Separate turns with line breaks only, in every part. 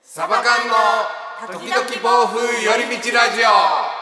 サバ缶の時々暴風寄り道ラジオ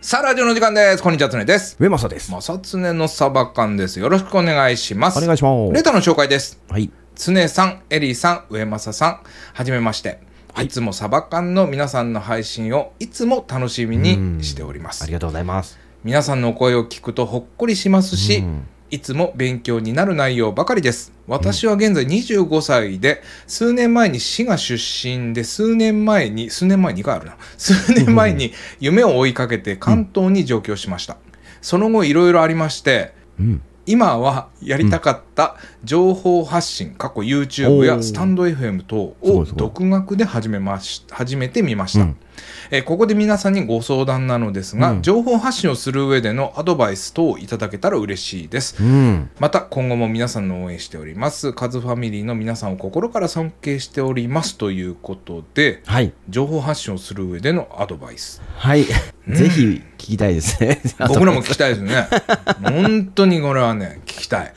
さあラジオの時間ですこんにちはつねです
上政です。
まさつねのサバ缶ですよろしくお願いします
お願いします
レターの紹介です
はい。
つねさんエリーさん上政さんはじめましていつもサバ缶の皆さんの配信をいつも楽しみにしております
ありがとうございます。
皆さんのお声を聞くとほっこりしますし、いつも勉強になる内容ばかりです私は現在25歳で数年前に滋賀出身で数年前に数年前2回あるな数年前に夢を追いかけて関東に上京しました、その後いろいろありまして
うん。
今はやりたかった情報発信、過去 YouTube
お
や
ー
スタンド FM 等
すご
を
いすごい
独学で始めまし始めてみました、
うん
えーここで皆さんにご相談なのですが、
うん
情報発信をする上でのアドバイス等をいただけたら嬉しいです
うん。
また今後も皆さんの応援しておりますカズファミリーの皆さんを心から尊敬しておりますということで
はい。
情報発信をする上でのアドバイス
はい。ぜひ聞きたいですね。
僕らも聞きたいですね本当にこれはね聞きたい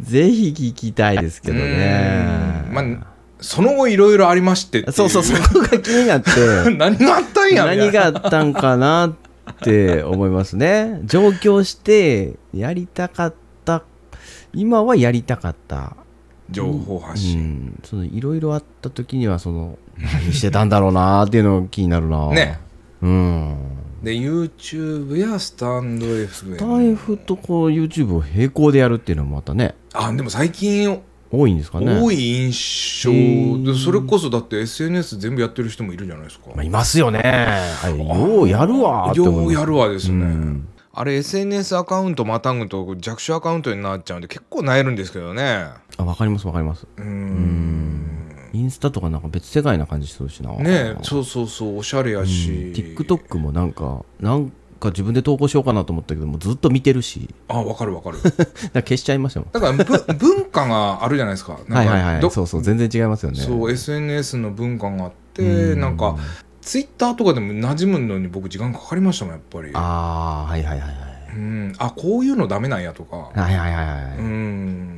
ぜひ聞きたいですけどね
う。んまあ、その後いろいろありましてってい
そうそう、そこが気になって
何があったんやみたいな
何があったんかなって思いますね。上京してやりたかった。今はやりたかった。
情報発
う
信、
ん。そのいろいろあった時にはその何してたんだろうなーっていうの気になるな。
ね。
うん。
で YouTube やスタンド FM
スタイフとこう YouTube を並行でやるっていうのもまたね
あでも最近
多いんですかね
多い印象
へ
で
ー
それこそだって SNS 全部やってる人もいるじゃないですか、
まあ、いますよね、はい、ようやるわーって
よ
思いうます
やるわですね、
うん
あれ SNS アカウントまたぐと弱小アカウントになっちゃうんで結構なえるんですけどね
あわかりますわかります
うーん
インスタとかなんか別世界な感じするしな
ねえそうそうそうおしゃれやし、
TikTok もなんかなんか自分で投稿しようかなと思ったけどもずっと見てるし
あわかるわかる
だから消しちゃいましたもん
だからぶ文化があるじゃないですか。なんか
はいはいはい
ど
そうそう全然違いますよね
そう SNS の文化があって
うん
なんかツイッターとかでも馴染むのに僕時間かかりましたもんやっぱり。
ああはいはいはいはい
うん、あこういうのダメなんやとか。
はいはいはいはい、
うん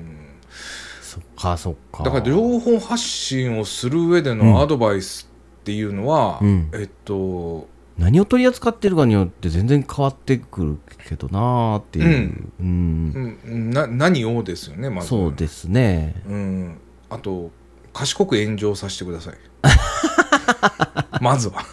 そっかそっか
だから情報発信をする上で
うん
のアドバイスっていうのは、
うん
えっと
何を取り扱ってるかによって全然変わってくるけどなーっていう、うん
うんな何をですよねまず
そうですね
うん、あと賢く炎上させてくだ さいまずは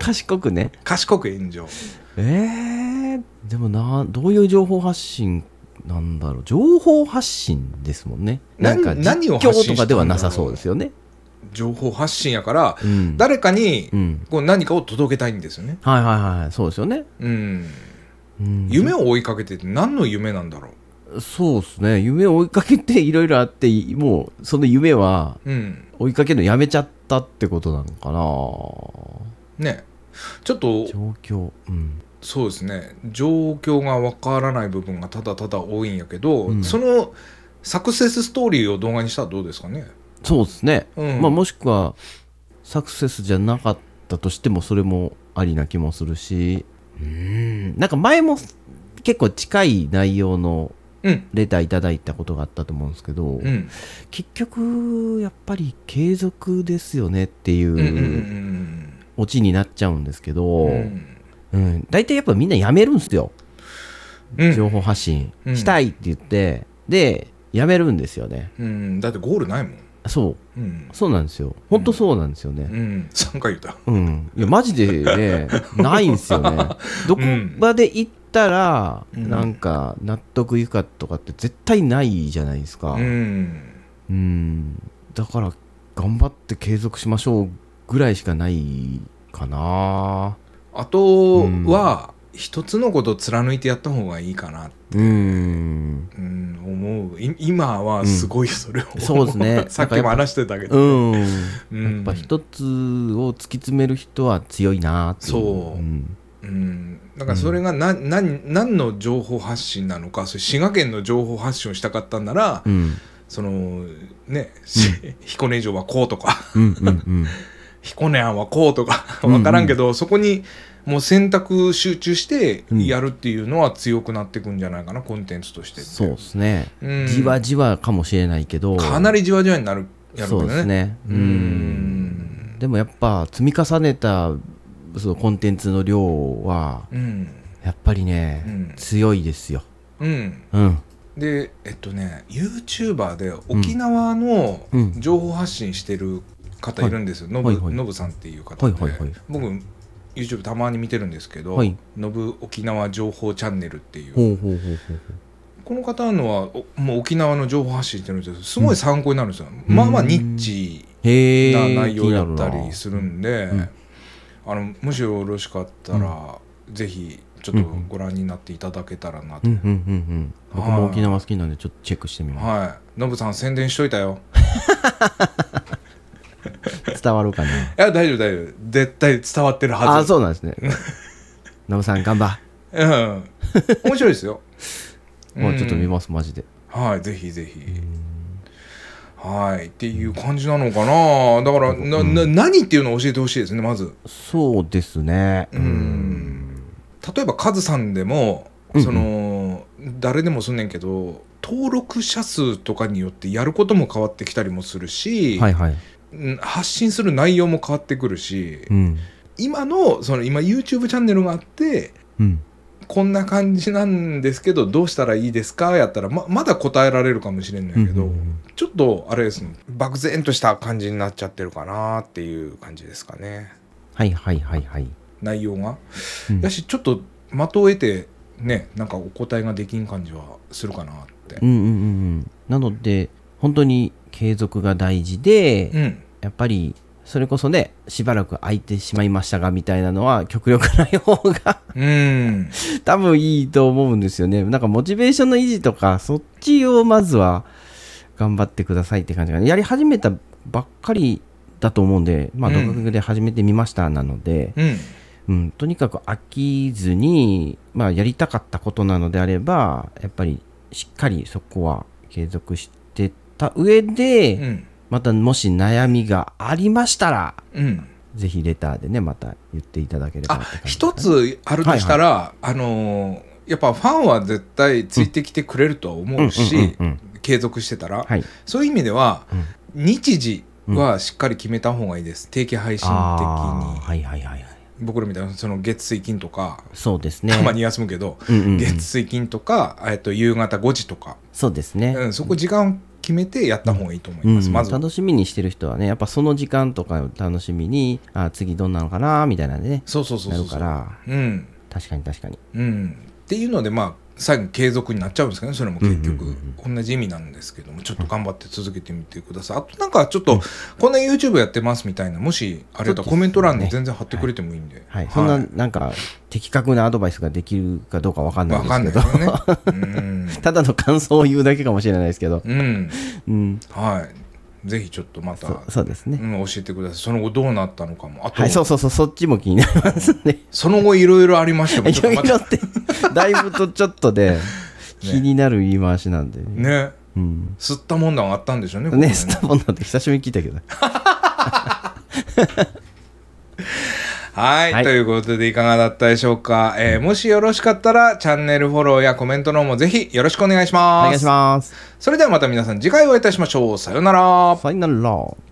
賢くね
賢く炎上
えー、でもなどういう情報発信なんだろう情報発信ですもんね
な
なんか
何を
実
発信し
況
て
と
んだろう
かではなさそうですよね、
情報発信やから
うん、
誰かに
うん
こう何かを届けたいんですよね、
はいはいはいはいそうですよね、
うん、
うん、
夢を追いかけてて何の夢なんだろ
そうですね夢を追いかけていろいろあってもうその夢は
う、うん、
追いかけるのやめちゃったってことなのかな
ねちょっと
状況うん
そうですね状況がわからない部分がただただ多いんやけど、
うん
そのサクセスストーリーを動画にしたらどうですかね
そうですね、
うん
まあ、もしくはサクセスじゃなかったとしてもそれもありな気もするしうんなんか前も結構近い内容の
うん
レターいただいたことがあったと思うんですけど、
うん
結局やっぱり継続ですよねってい
うんうんうん
うオチになっちゃうんですけど、
う
うんん大体やっぱみんなやめるんですよ
うんうん
情報発信
うん
したいって言って、でやめるんですよね
うんだってゴールないもん
そう
うん、
そうなんですよ本当そうなんですよね、
うん、3回言った
うん、いやマジ でねないんすよねどこまで行ったら、
うん
なんか納得いくかとかって絶対ないじゃないですか、
うん
うんだから頑張って継続しましょうぐらいしかないかな
あとは一つのことを貫いてやった方がいいかな、
うん
うん、思うい今はすごいそれを、
そうですね
さっきも話してたけど、
うん
うん
やっぱ一つを突き詰める人は強いなってい
そうんうん、だからそれがな、な何の情報発信なのかそれ滋賀県の情報発信をしたかったんなら、
うん
そのね、し 彦根城はこうとか
うんうんうん
彦根庵はこうとか
うんうん
分からんけど、そこにもう選択集中してやるっていうのは強くなっていくんじゃないかな、コンテンツとしてって
そうですね、
うん
じわじわかもしれないけど
かなりじわじわになるやるけ
そ
ど
うで
ね
すね
う
うんんでもやっぱ積み重ねたそのコンテンツの量は
うん
やっぱりね、
うん
強いですよ
うん
うん
でえっとね YouTuber で沖縄の
うん
情報発信してる方いるんですよ、ノブ
はいはい
ノブさんっていう方で、
はいはいはい
僕 YouTube たまに見てるんですけど、
はい
ノブ沖縄情報チャンネルっていう
ほうほうほうほう
この方のはおもう沖縄の情報発信してるんですけどすごい参考になるんですよ、まあまあニッチ
へ
な
え
内容だったりするんで、
ん
あのもしよろしかったら、ぜひちょっとご覧になっていただけたらなと、
うんうんうんうん僕も沖縄好きなんでちょっとチェックしてみま
はいノブさん宣伝しといたよ
す伝わるかない
や大丈夫大丈夫絶対伝わってるは
あ
ず
そうなんです ねナムさん頑張
うん面白いですよ
もうちょっと見
うん
ますマジで
はいぜひぜひはいっていう感じなのかなだからなな何っていうのを教えてほしいですねまず
そうですねう
うん例えばカズさんでもその、誰でもすんねんけど登録者数とかによってやることも変わってきたりもするし、
はいはい
うん発信する内容も変わってくるし、
うん
今のその今 YouTube チャンネルがあって
うん
こんな感じなんですけどどうしたらいいですかやったらままだ答えられるかもしれんのやけど、
うんうんうん
ちょっとあれですね漠然とした感じになっちゃってるかなっていう感じですかね
はいはいはいはい
内容が。
うん
やしちょっと的を得てねなんかお答えができん感じはするかなって
う。んうんうんうんなので本当に継続が大事で、
うん
やっぱりそれこそねしばらく空いてしまいましたがみたいなのは極力ない方が
うん
多分いいと思うんですよねなんかモチベーションの維持とかそっちをまずは頑張ってくださいって感じがねやり始めたばっかりだと思うんでまあ
うん
独学で始めてみましたなので、
うん
うんとにかく飽きずに、まあ、やりたかったことなのであればやっぱりしっかりそこは継続してた上で、
うん
またもし悩みがありましたら
うん
ぜひレターでねまた言っていただければ
あ
って感じですね
一つあるとしたら、あのーやっぱファンは絶対ついてきてくれるとは思うし、
うんうんうん
継続してたら、
はい
そういう意味では、日時はしっかり決めた方がいいです定期配信的
あ
に
ーはいはいはいはい
僕らみたいなその月水金とか、
そうですね
たまに休むけど、
うんうんうん
月水金とか、えっと、夕方5時とか、
そうですね、
うん、そこ時間決めてやった方がいいと思い
うん
ます、まずは
楽しみにしてる人はねやっぱその時間とかを楽しみにあ次どんなのかなみたいなんでね
そうそうそうそう
なるから
うん
確かに確かに
うん、っていうのでまあ最後継続になっちゃうんですけどねそれも結局、
うんうん
同じ意味なんですけどもちょっと頑張って続けてみてくださいあとなんかちょっと、こんな YouTube やってますみたいなもしあれだったらコメント欄に全然貼ってくれてもいいんで、
はい、そんななんか的確なアドバイスができるかどうかわかんない
わ
んで
かん
す
な
け
い
ど
ですよねうん、
ただの感想を言うだけかもしれないですけど、
うん、
うん、
はいぜひちょっとまた、
そそうですね、
うん、教えてくださいその後どうなったのかもあと、
はいそうそうそうそっちも気になりますね
その後いろいろありましたもん
い
ちょ
ろ
っ
い
とまた
ろって、だいぶとちょっ とで、気になる言い回しなんで。
ね
うん。
吸ったもんだがあったんでしょうねここで
ね、スタボンなんて久しぶりに聞いたけど。
はい、
はい
ということでいかがだったでしょうか、えーもしよろしかったらチャンネルフォローやコメントの方もぜひよろしくお願いし
お
ます
願いします。
それではまた皆さん次回お会いいたしましょうさようなら
ファイナルロー。